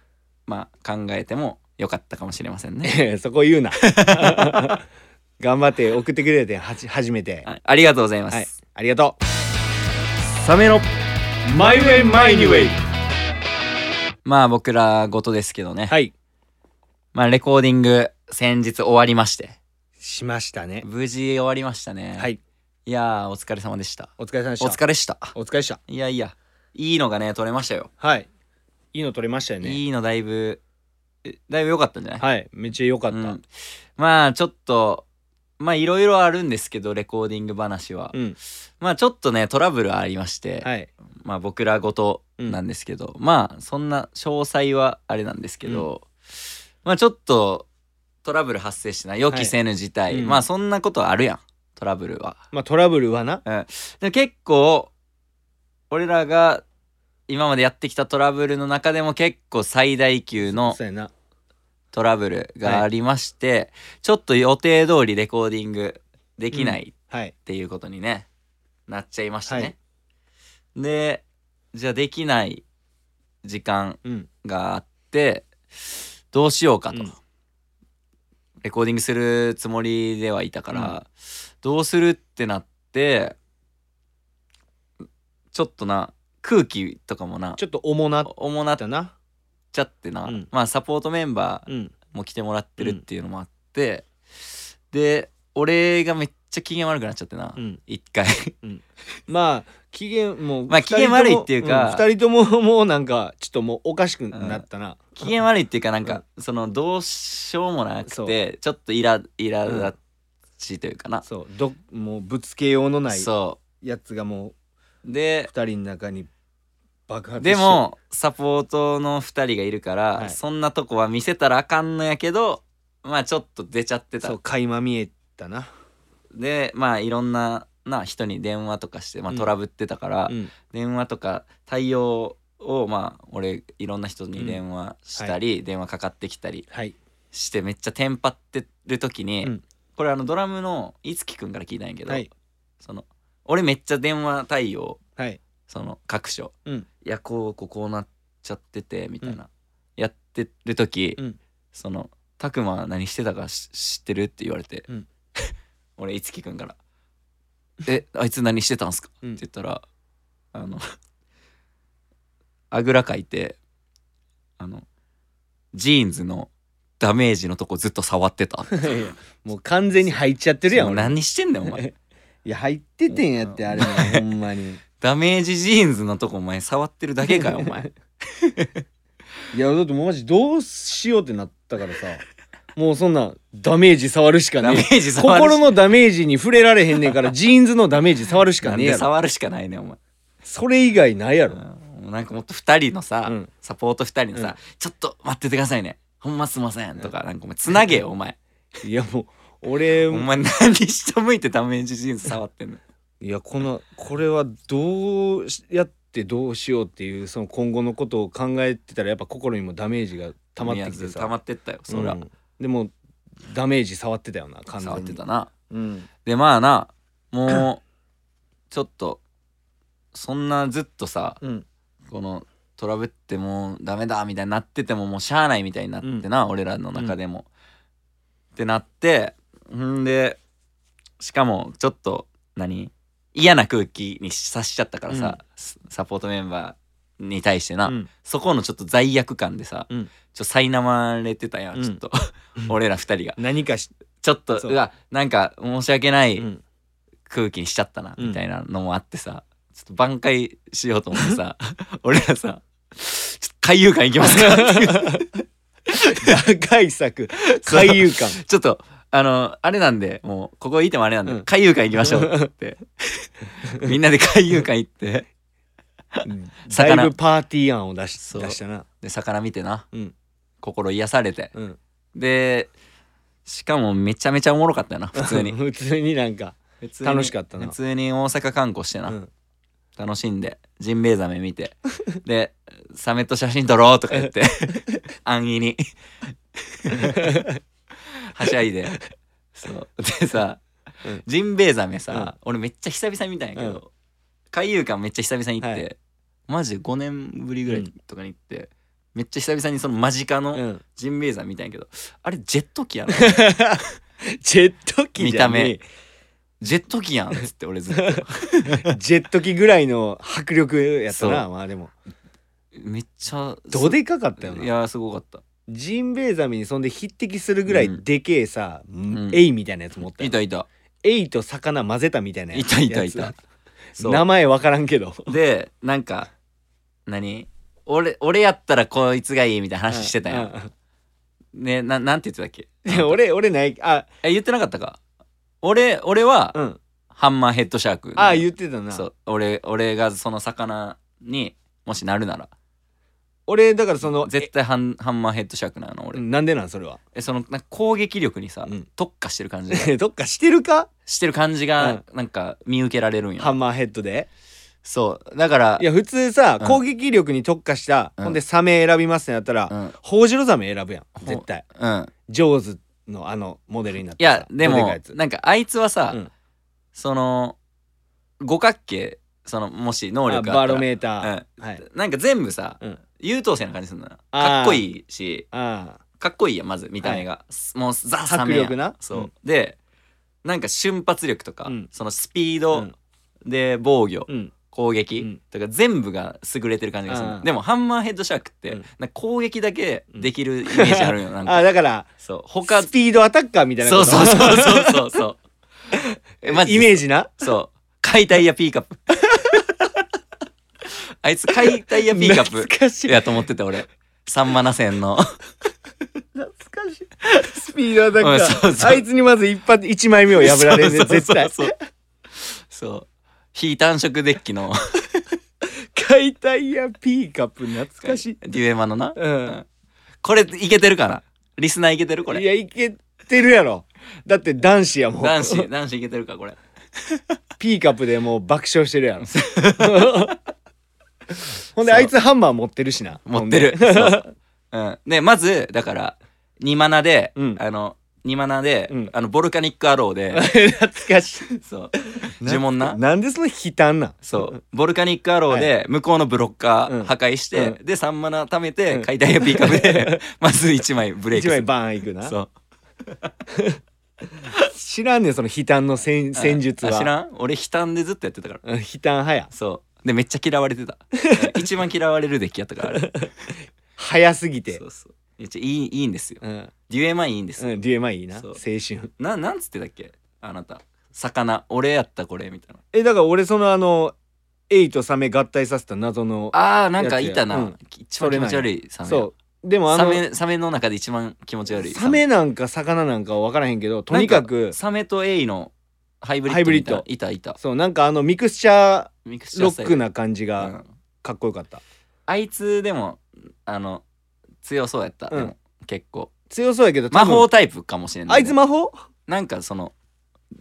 A: まあ考えてもよかったかもしれませんね
B: そこ言うな 頑張って送ってくれてはじ初めて
A: はいありがとうございます、
B: はいありがとうサメのマイウェイマイニウェイ
A: まあ僕らごとですけどね、
B: はい
A: まあレコーディング先日終わりまして
B: しましたね
A: 無事終わりましたね
B: はい
A: いやーお疲れ様でした
B: お疲れ様でした
A: お疲れした
B: お疲れでした
A: いやいやいいのがね取れましたよ、
B: はいいいの撮れましたよね
A: いいのだいぶえだいぶ良かったんじゃない
B: はいめっちゃ良かった
A: うんまあちょっとまあいろいろあるんですけどレコーディング話は、
B: うん
A: まあちょっとねトラブルありまして、
B: はい
A: まあ僕らごとなんですけど、まあそんな詳細はあれなんですけど、まあちょっとトラブル発生してない予期せぬ事態、
B: はいうん
A: まあそんなことあるやんトラブルは。
B: まあトラブルはな
A: で結構俺らが今までやってきたトラブルの中でも結構最大級の
B: そうやな
A: トラブルがありまして、ちょっと予定通りレコーディングできない
B: はい
A: っていうことにね、なっちゃいました
B: はい
A: ね。でじゃあできない時間
B: うん
A: があってどうしようかと、
B: うん
A: レコーディングするつもりではいたから、
B: うん
A: どうするってなってちょっとな空気とかもな
B: ちょっと重なっ
A: 重なった
B: な
A: ちゃってな、
B: うん
A: まあサポートメンバー
B: うん
A: もう来てもらってるっていうのもあって、で俺がめっちゃ機嫌悪くなっちゃってな、
B: うん
A: 一回
B: まあ機嫌もう
A: まあ機嫌悪いっていうか
B: 2人とももうなんかちょっともうおかしくなったな
A: 機嫌悪いっていうかなんか、そのどうしようもな
B: そ
A: く
B: う
A: てちょっとイライラだちというかな、
B: そうどもうぶつけようのない
A: そ
B: やつがも
A: う
B: う
A: で
B: 2人の中に爆発して
A: でもサポートの2人がいるから、
B: はい
A: そんなとこは見せたらあかんのやけどまあちょっと出ちゃってた
B: そう垣間見えたな、
A: でまあいろんなな人に電話とかして、まあ、
B: うん
A: トラブってたから、
B: うん
A: 電話とか対応をまあ俺いろんな人に電話したり、電話かかってきたり
B: はい
A: してめっちゃテンパってる時に、
B: うん
A: これあのドラムのいつきくんから聞いたんやけど、
B: はい
A: その俺めっちゃ電話対応
B: はい
A: その各所、
B: うん
A: いやこうこうこうなっちゃっててみたいな、やってる時、
B: うん
A: その「たくま何してたかし知ってる?」って言われて、
B: うん
A: 俺いつきくんから「えあいつ何してたんすか?」
B: うん
A: って言ったらあのあぐらかいてあのジーンズのダメージのとこずっと触ってた。
B: いやいやもう完全に入っちゃってるやん
A: もう
B: 俺
A: 何してんだよお前
B: いや入っててんやってあ れもほんまに
A: ダメージジーンズのとこお前触ってるだけかよお 前
B: いやだってもうマジどうしようってなったからさもうそんなダメージ触るしか
A: ダメ
B: ねえ
A: ージ触るし
B: 心のダメージに触れられへんねんからジーンズのダメージ触るしか
A: なん
B: ねえ
A: で
B: やろ
A: 触るしかないねお前
B: それ以外ないやろ
A: うんなんかもっと2人のさ、
B: うん
A: サポート2人のさ、
B: うん
A: ちょっと待っててくださいねほんますいませんとか、なんかお前つなげよお前、
B: いやもう俺
A: お前何下向いてダメージジーンズ触ってんの
B: いやこのこれはどうしやってどうしようっていうその今後のことを考えてたらやっぱ心にもダメージが溜まってき
A: い
B: て
A: や
B: さ
A: 溜まってったよそりゃ、
B: うんでもダメージ触ってたよな完全に
A: 触ってたな
B: うん
A: でまあな もうちょっとそんなずっとさ
B: うん
A: このトラブってもうダメだみたいになっててももうしゃあないみたいになってな、俺らの中でも。ってなってんでしかもちょっと何嫌な空気にさしちゃったからさ、ササポートメンバーに対してな、
B: うん
A: そこのちょっと罪悪感でさ、
B: うん
A: ちょっと苛まれてたやん、
B: うん
A: ちょっと 俺ら二人が
B: 何かし
A: ちょっと
B: そう
A: うわなんか申し訳ない
B: うん
A: 空気にしちゃったな、
B: うん
A: みたいなのもあってさちょっと挽回しようと思ってさ 俺らさ「ちょっと海遊館行きます か?」っていう
B: 打開策海遊感
A: ちょっとあのあれなんでもうここいてもあれなんで、
B: うん
A: 海遊館行きましょうって みんなで海遊館行って魚
B: だいぶパーティー案を出し
A: そう
B: 出したな
A: で魚見てな
B: うん
A: 心癒されて
B: うん
A: でしかもめちゃめちゃおもろかったよな普通に
B: 普通になんか
A: 普通に
B: 楽しかったな
A: 普通に大阪観光してな、
B: うん
A: 楽しんでジンベエザメ見て でサメと写真撮ろうとか言って 安易にはしゃいでそうでさ
B: うん
A: ジンベエザメさ、俺めっちゃ久々に見たんやけど、
B: うん
A: 海遊館めっちゃ久々に行って、
B: は
A: マジで5年ぶりぐら
B: う
A: い
B: ん
A: とかに行って、めっちゃ久々にその間近
B: う
A: の
B: ん、
A: ジンベエザメ見たんやけど、あれジェット機やな
B: ジェット機じゃね
A: ジェット機やんっつって俺ずっと
B: え ジェット機ぐらいの迫力やった
A: そ
B: なまあでも
A: めっちゃ
B: どでかかったよ
A: い
B: な
A: やすごかった
B: ジンベエザメにそんで匹敵するぐら
A: うん
B: いでけえさ、
A: ん
B: エイみたいなやつ持ったよ
A: いたいた
B: エイと魚混ぜたみたいなや
A: い
B: つ
A: たいたいたそう
B: 名前わからんけど
A: でなんか何俺俺やったらこいつがいいみたいな話してたやん、ねななんて言ってたっ
B: うん
A: け
B: 俺俺ないあ
A: え言ってなかったか俺俺は
B: うん
A: ハンマーヘッドシャーク
B: あ言ってたな
A: そう俺俺がその魚にもしなるなら
B: 俺だからその
A: 絶対ハンハンマーヘッドシャークなの
B: え
A: 俺、
B: なんでなんそれは
A: えそのなんか攻撃力にさ、
B: うん
A: 特化してる感じが
B: どっかしてるか
A: してる感じがなんか見受けられるん
B: ハ
A: よ
B: ンマーヘッドで
A: そうだから
B: いや普通さ
A: うん
B: 攻撃力に特化した
A: うん
B: ほんでサメ選びますってなった
A: う
B: ら
A: ん
B: ホウジロザメ選ぶやん
A: ほ
B: 絶対
A: うん
B: ジョーズのあのモデルになっ
A: い
B: て
A: やでも
B: う
A: なんかあいつはさ、
B: ん
A: その五角形そのもし能
B: あ
A: 力があ
B: バ
A: った
B: ロ
A: ら
B: メーターはい
A: うん、なんか全部さ、
B: うん
A: 優等生な感じするのよ
B: あ
A: か
B: ー
A: っこいいし
B: あ
A: かっこいいやんまず見た目が、もうザ・サ
B: 迫
A: メやん
B: 力な
A: そう、
B: うん
A: でなんか瞬発力とか、
B: うん
A: そのスピー
B: あ
A: ド、
B: うん
A: で防御、
B: うん
A: 攻
B: う
A: 撃
B: ん
A: とか全部が優れてる感じがするの、
B: あー
A: でもハンマーヘッドシャークって、
B: うん
A: なんか攻撃だけできるイメージあるよ、なんか
B: あだから
A: そう他
B: スピードアタッカーみたいな
A: そうそうそうそうそう そうえマジで
B: イメージな
A: そう解体やピーカッ プあいつ解体やピーカップ
B: 懐かしい
A: やと思ってた俺サンマナセンの
B: 懐かしいスピードアタッ
A: うん
B: カ
A: そう
B: ー
A: そう
B: あいつにまず一発一枚目を破られる
A: そ
B: ね
A: うそう
B: 絶対
A: そうそうそう非単色デッキの
B: 解体やピーカップ懐かしい
A: デュエマのな
B: うん
A: これいけてるかなリスナーいけてるこ
B: い
A: れ
B: やいけてるやろだって男子やもん
A: 男子男子いけてるかこれ
B: ピーカップでもう爆笑して るやろほんであいつハンマー持ってるしな
A: 持ってる
B: ほんで
A: そう、うん、でまずだから2マナで、
B: うん
A: あの2マナで、
B: うん
A: あのボルカニックアローで
B: 懐かしい
A: そう呪文な
B: なんでその悲嘆なん
A: そうボルカニックアローで向こうのブロッカ
B: う
A: ー
B: ん
A: 破壊して、
B: う
A: で3マナ貯め
B: う
A: て
B: ん
A: 解体やピーカブ でまず1枚ブレイ
B: 一
A: クする
B: 枚バーンいくな
A: そう
B: 知らんねんその悲嘆の戦戦術は
A: あ知らん俺悲嘆でずっとやってたから
B: うん悲嘆派や
A: そうでめっちゃ嫌われて た一番嫌われるデッキやったからあれ
B: 早すぎて
A: そうそうめっちゃいいいいんですよ
B: うん
A: デュエマいいんです、
B: うん、DMI いいな
A: そう
B: 青春
A: ななんつってたっけあなた魚俺やったこれみたいな
B: えだから俺そのあのエイとサメ合体させた謎の
A: あーなんかいたな、
B: うん
A: 一番気持ち悪いサメ
B: そうでもあ
A: サ
B: の
A: メサメの中で一番気持ち悪い
B: サメなんか魚なんかは分からへんけどとにかく
A: サメとエイのハイブリッド
B: ハイブリッド
A: みたいないたいた
B: そうなんかあのミクスチャ
A: ミクス
B: ー
A: チャ
B: ロ
A: ースタ
B: ッ
A: イ
B: ク
A: ル
B: な感じ
A: う
B: が
A: ん
B: かっこよかった、
A: あいつでもあの強そうやった、
B: うん
A: でも結構
B: 強そうやけど多
A: 魔
B: 分
A: 法タイプかもしれない
B: あいつ魔法
A: なんかその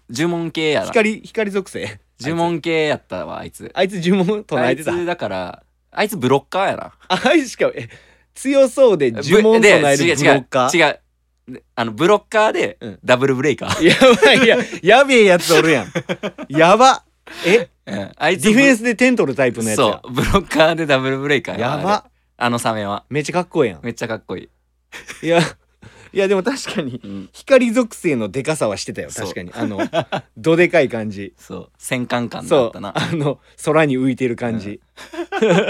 A: 呪文系やな
B: 光光属性
A: 呪文系やったわあいつ
B: あいつ呪文唱
A: あ
B: え
A: い
B: てた
A: つだからあいつブロッカーやな
B: あいつしかえ強そうで呪文
A: で
B: 唱えるブロッカー
A: 違う違う違うであのブロッカーで
B: うん
A: ダブルブレイカー、
B: やばいややべえやつおるや んやばえ
A: うんあい
B: ディフェン
A: ス
B: スで点取るタイプのやつ
A: そ
B: や
A: うブロッカーでダブルブレイカー
B: や
A: あれ
B: ば
A: あのサメは
B: めっちゃかっこええやん
A: めっちゃかっこいい、
B: いやいやでも確かに
A: うん、
B: 光属性のでかさはしてたよ
A: そう
B: 確かにあのどでかい感じ
A: そう戦艦感だ
B: そ
A: っ
B: う
A: たな
B: あの空に浮いてる感じ、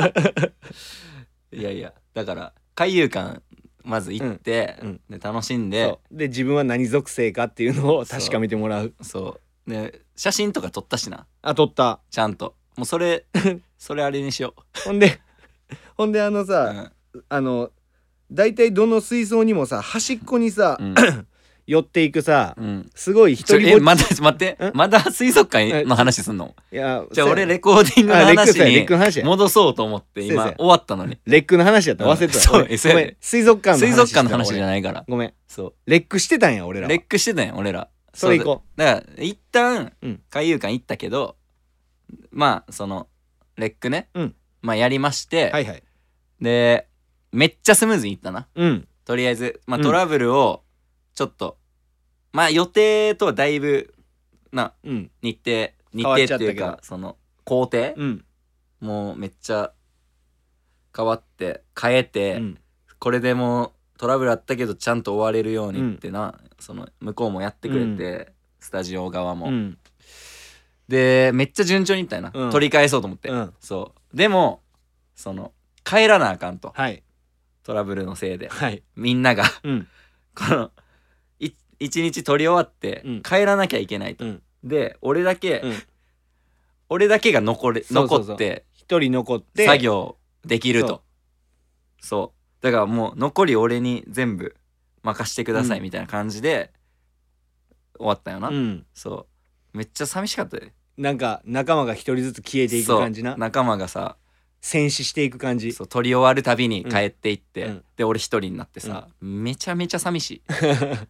A: いやいやだから海遊館まず行って、
B: うん
A: で楽しんで
B: そうで自分は何属性かっていうのを
A: そう
B: 確かめてもらう
A: そうで写真とか撮ったしな
B: あ撮った
A: ちゃんともうそれそれあれにしよ
B: ほんでほんであの
A: う、う
B: さ、
A: ん
B: あの大体どの水槽にもさ端っこにさ、
A: うん
B: 寄っていくさ、
A: うん、
B: すごい一
A: ちょ
B: 人ぼっち
A: えまだ待って
B: ん
A: まだ水族館の話すんの
B: いや
A: じゃあ
B: そう
A: 俺
B: や
A: レコーディングの
B: あレック
A: 話
B: スやレッ
A: に
B: クの話や
A: 戻そうと思って
B: そう
A: 今
B: や
A: 終わったのに
B: レックの話やった
A: うん
B: 忘れてた、
A: そう
B: 俺
A: えそうや
B: ごめん水族館の話
A: 水族館の話じゃ
B: い
A: ないから
B: ごめん
A: そ
B: レックしてたんや俺
A: う
B: ら
A: レックしてたやん俺ら
B: それ行こ
A: うだだから一旦
B: うん
A: 海遊館行ったけどまあそのレックね、
B: うん
A: まあやりまして、
B: はいはい
A: でめっちゃスムーズにいったな
B: うん
A: とりあえず、まあ、
B: うん
A: トラブルをちょっと、まあ予定とはだいぶな
B: うん
A: 日程日
B: 変わっ
A: 程
B: ちゃ
A: っ
B: っ
A: て
B: たけ
A: い
B: ど
A: うかその工程、
B: うん
A: もうめっちゃ変わって変えて、
B: うん
A: これでもうトラブルあったけどちゃんと終われるようにってな、その向こうもやってくれて、
B: うん
A: スタジオ側も、
B: うん
A: でめっちゃ順調にいったよな、
B: うん
A: 取り返そうと思って、
B: うん
A: そうでもその帰らなあかんと
B: はい
A: トラブルのせいで
B: はい
A: みんなが
B: うん
A: このい一日取り終わって
B: うん
A: 帰らなきゃいけないと、
B: うん
A: で俺だけ、
B: うん
A: 俺だけが残れ
B: そうそうそう
A: 残って
B: 一人残って
A: 作業できる
B: そ
A: とそうだからもう残り俺に全部任してくださいみたいな感じで終わったよな、
B: うん
A: そうめっちゃ寂しかったで
B: なんか仲間が一人ずつ消えていく感じ
A: そ
B: な
A: う仲間がさ
B: 戦死していく感じ
A: そう取り終わるたびに
B: うん
A: 帰っていって、
B: うん
A: で俺一人になってさ、めちゃめちゃ寂しい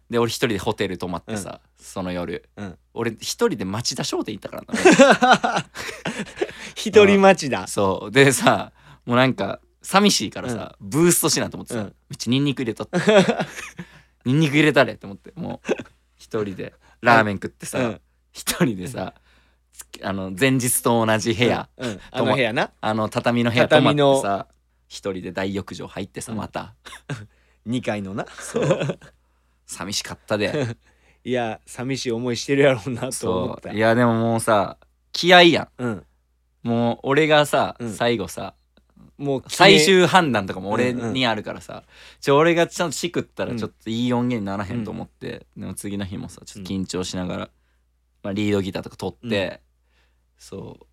A: で俺一人でホテル泊まってさ、その夜、
B: うん
A: 俺一人で町田商店行ったからな
B: 一人待ちだ
A: そうでさもうなんか寂しいからさ、ブーストしなと思ってさ、
B: うん
A: めっちゃニンニク入れとった ニンニク入れたれって思ってもう一人でラーメン食って
B: う
A: さ
B: ん
A: 一、人でさつあの前日と同じ部屋、
B: うんうんあの部屋な
A: あの畳の部屋泊まってさ一人で大浴場入ってさ
B: うん
A: また、
B: 2階のな
A: そう。寂しかった で。
B: いや寂しい思いしてるやろうなと思っ
A: そ
B: た
A: う。いや、でももうさ、気合いや
B: うん
A: ん。もう俺がさ、
B: うん
A: 最後さ、
B: もう決め
A: 最終判断とかも俺
B: うんうん
A: にあるからさ、ちょ、俺がちゃんとしくったら
B: うん
A: ちょっといい音源にならへんと思って、でも次の日もさ、ちょっと緊張しながら、まあリードギターとか取って、そう。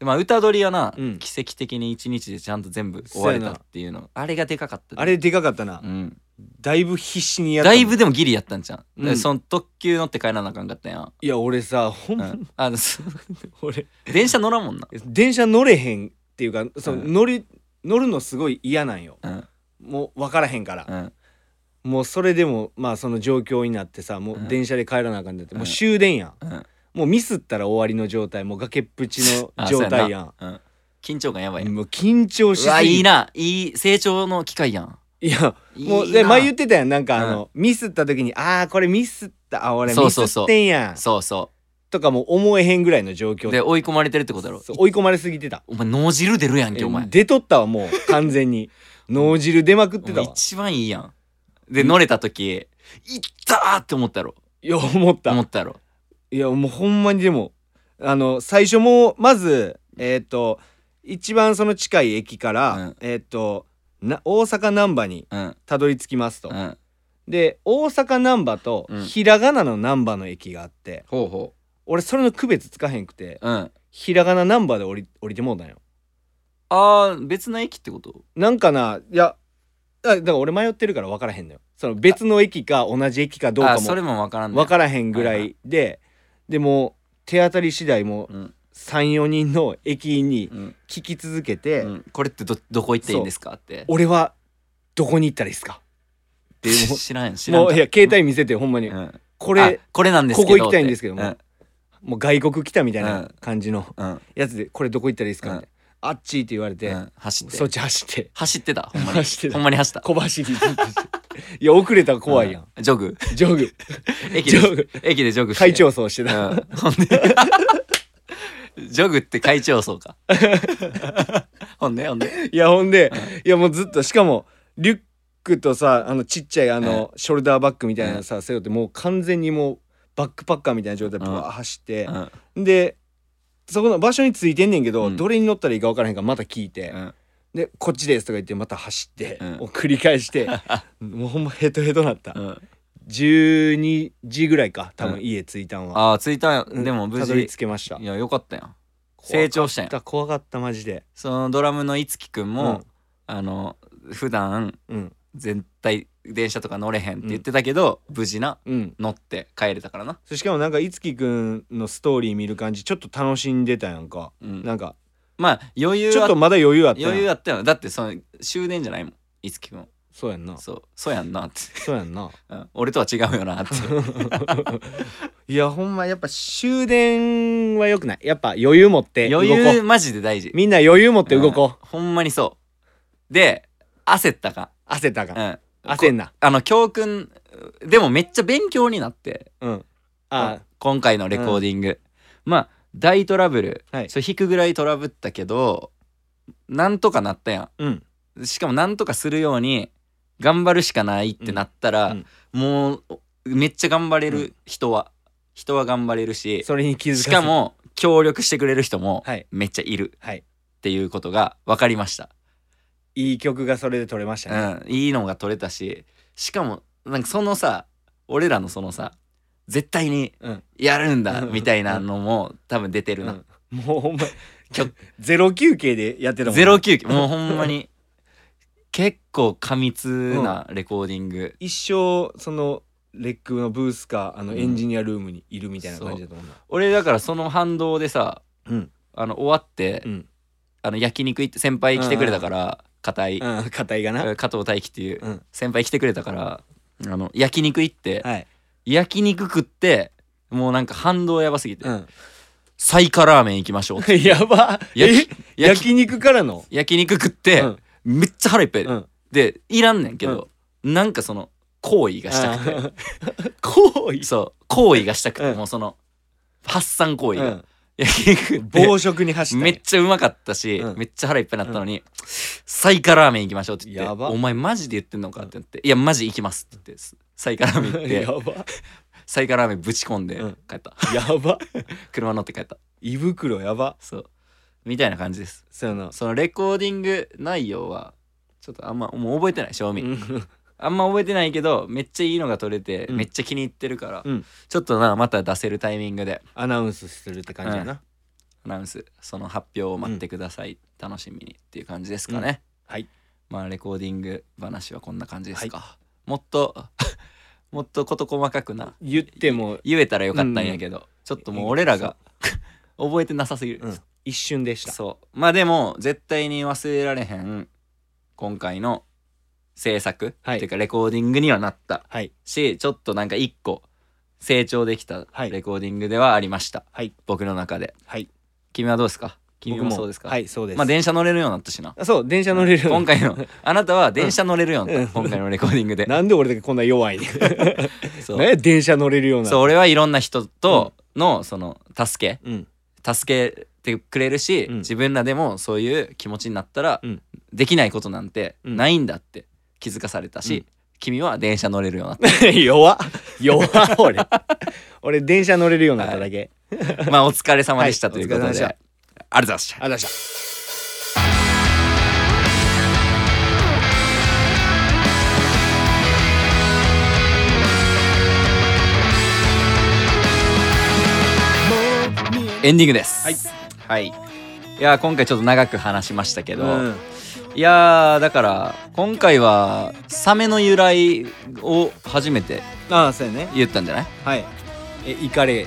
A: でまあ歌取りはな、
B: うん
A: 奇跡的に一日でちゃんと全部終われたっていうの、あれがでかかったで
B: あれでかかったな
A: うん。
B: だいぶ必死にやった
A: だ
B: もん
A: いぶでもギリやったんじゃん。
B: うん
A: でその特急乗って帰らなあかんかったやん。
B: いや俺さほん
A: う
B: ま
A: ん、あのそう
B: 俺
A: 電車乗らんもんな、
B: 電車乗れへんっていうかその
A: うん
B: 乗り乗るのすごい嫌なんよ
A: うん
B: もう分からへんから
A: うん、
B: もうそれでもまあその状況になってさもううん電車で帰らなあかんだってもううん終電やん
A: うん
B: もうミスったら終わりの状態もう崖っぷちの
A: あ
B: 状態
A: そう
B: やん
A: なうん緊張感やばいやん
B: もう緊張し
A: うわ
B: すぎ
A: いいないい成長の機会やん
B: いや
A: いいな
B: もうで前言ってたやんなんかあの、ミスった時に「ああこれミスったあ俺
A: そ
B: ミ
A: うそう
B: ス
A: そう
B: ってんやん
A: そうそ
B: とかも思えへんぐらいの状況
A: うで追い込まれてるってことだろ
B: そう追い込まれすぎてた
A: お前脳汁出るやんけお前
B: 出とったわもう完 全に脳汁出まくってた
A: お前
B: わ
A: 一番いいやんで乗れた時「いったー!」って思ったやろ
B: いや思った
A: 思ったやろ
B: いやもうほんまにでもあの最初もうまずえっ、と一番その近い駅から、
A: うん
B: えっ、とな大阪難波に
A: うん
B: たどり着きますと、
A: うん
B: で大阪難波と
A: うん
B: ひらがなの難波の駅があって
A: ほうほ
B: 俺それの区別つかへんくて
A: ううん
B: ひらがな難波で降り降りてもうたんよ
A: あー別の駅ってこと
B: なんかないやあだから俺迷ってるから分からへんのよその別の駅か同じ駅かどう
A: あ
B: か
A: ーそれ
B: も
A: もわからんね
B: 分からへんぐら
A: はいはい
B: ででも手当たり次第もう
A: うん
B: 34人の駅員に
A: うん
B: 聞き続けて、
A: うんこれってどどこ行っていいんですかって
B: 俺はどこに行ったらいいですかっても
A: 知らん知
B: う
A: らん
B: もういや携帯見せてほんまに、
A: うん
B: こ
A: あ
B: れ
A: これなんですけど
B: ここ行きたいんですけども
A: って
B: もう外国来たみたいうなん感じの
A: うんうん
B: やつでこれどこ行ったらいいですかみたいな、あっちって言われて、
A: うん走って
B: そっち走って
A: 走ってたほんまに
B: 走ってた
A: ほんまに走った
B: 小走りずっとしていや遅れたら怖いやん、
A: うんジョグ
B: ジョグ
A: 駅
B: ジョ
A: で
B: グ
A: 駅でジョグして
B: 会長走して
A: うん
B: た、
A: ほんで ジョグって会長層 かほんでほんで
B: いやほんで、いやもうずっとしかもリュックとさあのちっちゃいあの、ショルダーバッグみたいなのさ背負ってもう完全にもうバックパッカーみたいな状態でブワー走って、
A: うん
B: でそこの場所についてんねんけど、
A: うん
B: どれに乗ったらいいか分からへんからまた聞いて、
A: うん
B: で「こっちです」とか言ってまた走って、
A: うん
B: を繰り返して もうほんまヘトヘトなった、
A: うん
B: 12時ぐらいか多
A: う
B: 分
A: ん
B: 家着いたんは、
A: ああ着いた
B: うん
A: でも無
B: たど
A: 事
B: り
A: い
B: 着けました
A: やよかったやん成長したやん
B: 怖かった怖かったマジで
A: そのドラムのいつきくんもあの普段
B: うんうん
A: 絶対電車とか乗れへんって言ってたけど無事な
B: うん
A: 乗って帰れたからな
B: そしかもなんかいつきくんのストーリー見る感じちょっと楽しんでたやんか、
A: うん
B: なんか
A: まあ余裕
B: ちょ
A: は
B: っとまだ余裕あったやん
A: 余裕あったよだってその終電じゃないもんいつきくん
B: そうやんな
A: そうそうやんなって、
B: そうやんな
A: うん俺とは違うよなって
B: いやほんまやっぱ終電は良くないやっぱ余裕持って動こ
A: 余
B: う
A: 裕マジで大事
B: みんな余裕持って動こ
A: うんほんまにそうで焦ったか
B: う焦ったから
A: うん
B: 焦んな
A: あの教訓でもめっちゃ勉強になって
B: うんあ
A: 今回のレコーディング、まあ大トラブル、
B: はい
A: それ弾くぐらいトラブったけどなんとかなったや
B: うん
A: んしかもなんとかするように頑張るしかないってなったら、
B: うん
A: もうめっちゃ頑張れ
B: う
A: る人は、人は頑張れるし
B: それに気づかず
A: しかも協力してくれる人も
B: はい
A: めっちゃいる
B: はい
A: っていうことが分かりました、
B: いい曲がそれで取れましたね、
A: うん、いいのが取れたししかもなんかそのさ俺らのそのさ絶対に
B: うん
A: やるんだ
B: うん
A: みたいなのも多分出てるな、
B: うんもうほんま
A: 曲
B: ゼロ休憩でやってたもん
A: ゼロ九もうほんま に結構過密なレコーディング、
B: 一生そのレックのブースかあの
A: うん
B: エンジニアルームにいるみたいな感じだと思うな
A: 俺だからその反動でさ
B: うん
A: あの終わって、
B: うん
A: あの焼肉行って先輩来てくれたから硬い、
B: うん硬いがな
A: 加藤大輝っていう
B: うん
A: 先輩来てくれたからあの焼肉行って、
B: はい
A: 焼肉食ってもうなんか反動やばすぎて、
B: うん
A: サイカラーメン行きましょうって
B: やば
A: 焼
B: え
A: き焼き
B: 焼肉からの
A: 焼肉食って、
B: うん
A: めっちゃ腹いっぱいで,、
B: うん
A: いらんねんけど、なんかその行為がしたくて、
B: 行為
A: そう行為がしたくて、
B: うん
A: もうその発散行為
B: う
A: が、
B: ん
A: 焼肉食って
B: 暴食に走ったん
A: め
B: や
A: っちゃうまかったし、
B: うん
A: めっちゃ腹いっぱいになったのに、サイカラーメン行きましょうって言
B: や
A: って「
B: ば
A: お前マジで言ってんのか?」って言って「いやマジ行きます」って言ってサイカラーメン行っ
B: や
A: て
B: ば
A: サイカラーメンぶち込んで
B: うん
A: 帰った、
B: やば
A: 車乗って帰った
B: 胃袋やば
A: そうみたいな感じです
B: そうやな
A: そのレコーディング内容はちょっとあんまもう覚えてない正味、
B: うん
A: あんま覚えてないけどめっちゃいいのが撮れて、
B: うん
A: めっちゃ気に入ってるから、
B: うん
A: ちょっとなまた出せるタイミングで
B: アナウンスするって感じやな
A: アナウンスその発表を待ってください、楽しみにっていう感じですかね、
B: はい
A: まあレコーディング話はこんな感じですか、もっと もっと事細かくな
B: 言っても
A: 言えたらよかったんやけど、ちょっともう俺らが覚えてなさすぎる、
B: うん一瞬でした
A: そうまあでも絶対に忘れられへん今回の制作、
B: はい
A: っていうかレコーディングにはなった
B: はい
A: しちょっとなんか一個成長できた
B: はい
A: レコーディングではありました、
B: はい
A: 僕の中で
B: はい
A: 君はどうですか君
B: 僕
A: もそうですか
B: はいそうです
A: まあ電車乗れるようになったしな
B: あそう電車乗れる
A: 今回のあなたは電車乗れるようになった、
B: うん
A: 今回のレコーディングで
B: なんで俺だけこんな弱いね
A: そう,、
B: ね電車乗れるような
A: そう俺はいろんな人とのその助
B: うん
A: け助けてくれるし、
B: うん
A: 自分らでもそういう気持ちになったら、
B: うん
A: できないことなんて
B: うん
A: ないんだって気づかされたし、
B: うん
A: 君は電車乗れるようにな っ
B: 弱っ弱っ 俺俺電車乗れるようになっただけ、
A: たまあお疲れ様でした
B: はい
A: ということで、
B: お疲れ様で
A: ありがとう
B: した
A: ございました
B: ありがとうございました
A: エンディングです。
B: はい。
A: はい。いやー今回ちょっと長く話しましたけど、
B: うん
A: いやーだから今回はサメの由来を初めて
B: ああそうやね
A: 言ったんじゃない？
B: はいえイカレ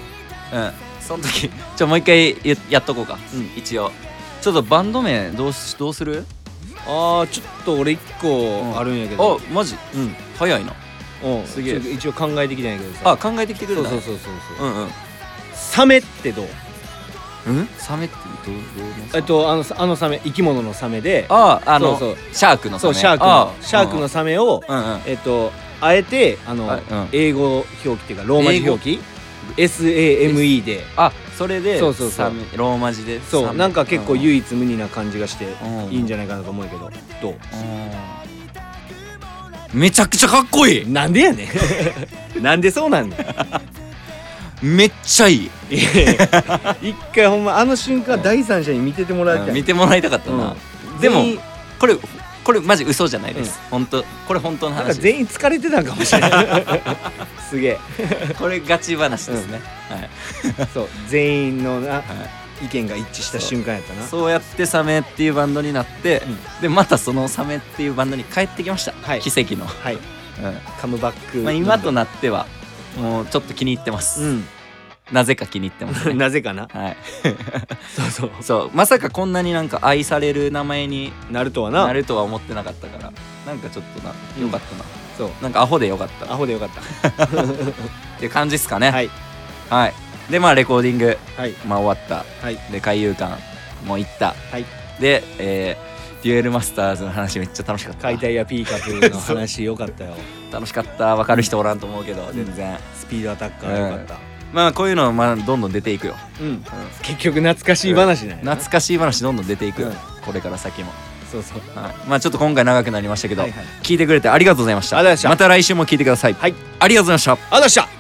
B: ー
A: うん。その時ちょもう一回ややっとこうか。
B: うん
A: 一応。ちょっとバンド名どうしどうする？
B: ああちょっと俺一個あるんやけど、
A: あマジ
B: うん
A: 早いな。
B: うん
A: すげえ
B: ちょっと一応考えてきたんやけどさ
A: あ考えてきてくれ
B: そう
A: た。
B: そうそうそうそう
A: うんうん。
B: サメってどう
A: うん？サメってどうどう思う？
B: えっ。とあのあのサメ生き物のサメで
A: あああの
B: そうそ
A: シャークのサ
B: そう
A: メ。
B: シャーク
A: あ
B: のシャークの。サメを
A: うんうんうん。
B: えっとあえてあの、
A: あうん
B: 英語表記っていうかローマ字表記 SAME で
A: あそれで
B: そうそうそう
A: サメローマ字で
B: そ
A: サ
B: う
A: メ
B: なんか結構
A: うん
B: 唯一無二な感じがして
A: うん
B: いいんじゃないかなと思うけどどう
A: めちゃくちゃかっこいい
B: なんでやね んなんでそうなんだよ
A: めっちゃいい
B: いやいや一回ほんまあの瞬間第三者に見ててもらいたい
A: 見てもらいたかったな、
B: うん
A: でも
B: 全員
A: これこれマジ嘘じゃないです、本当これ本当の
B: なんか
A: 話です
B: 全員疲れてたんかも しれないすげ
A: これガチ話ですね、はい、
B: えそう全員の
A: は
B: な意見が一致した瞬間やった
A: い、
B: な
A: そうやってサメっていうバンドになって、
B: うん
A: でまたそのサメっていうバンドに帰ってきました、
B: はい
A: 奇跡の、
B: はい
A: うん
B: カムバック
A: まあ、今となってはもうちょっと気に入ってます、
B: う
A: なぜか気に入ってます
B: ん
A: ね
B: なぜかな
A: はい、
B: そうそう
A: そうまさかこんなになんか愛される名前に
B: ナルトは
A: な
B: な
A: るとは思ってなかったからなんかちょっとな
B: うん
A: よかったな、
B: そう
A: なんかアホでよかった
B: ア
A: っ
B: ホでよかった
A: ていう感じっすかね、
B: はいい
A: はいでまあレコーディング、
B: はい
A: まあ、終わっ
B: はい
A: たで海遊館も行った、
B: はい
A: で、えーデュエルマスターズの話めっちゃ楽しかった
B: 解体やピーカプーの話よかったよ
A: 楽しかった分かる人おらんと思うけど全然、
B: スピードアタッカーよかった
A: まあこういうのまあどんどん出ていくよ
B: うん結局懐かしい話なんやな
A: 懐かしい話どんどん出ていくよ、
B: うん
A: これから先も、
B: そうそう
A: はい、まあちょっと今回長くなりましたけど、
B: はいはい
A: 聞いてくれてありがとうございました
B: ありがとうございました
A: また来週も聞いてください、
B: はい
A: ありがとうございました
B: あどうした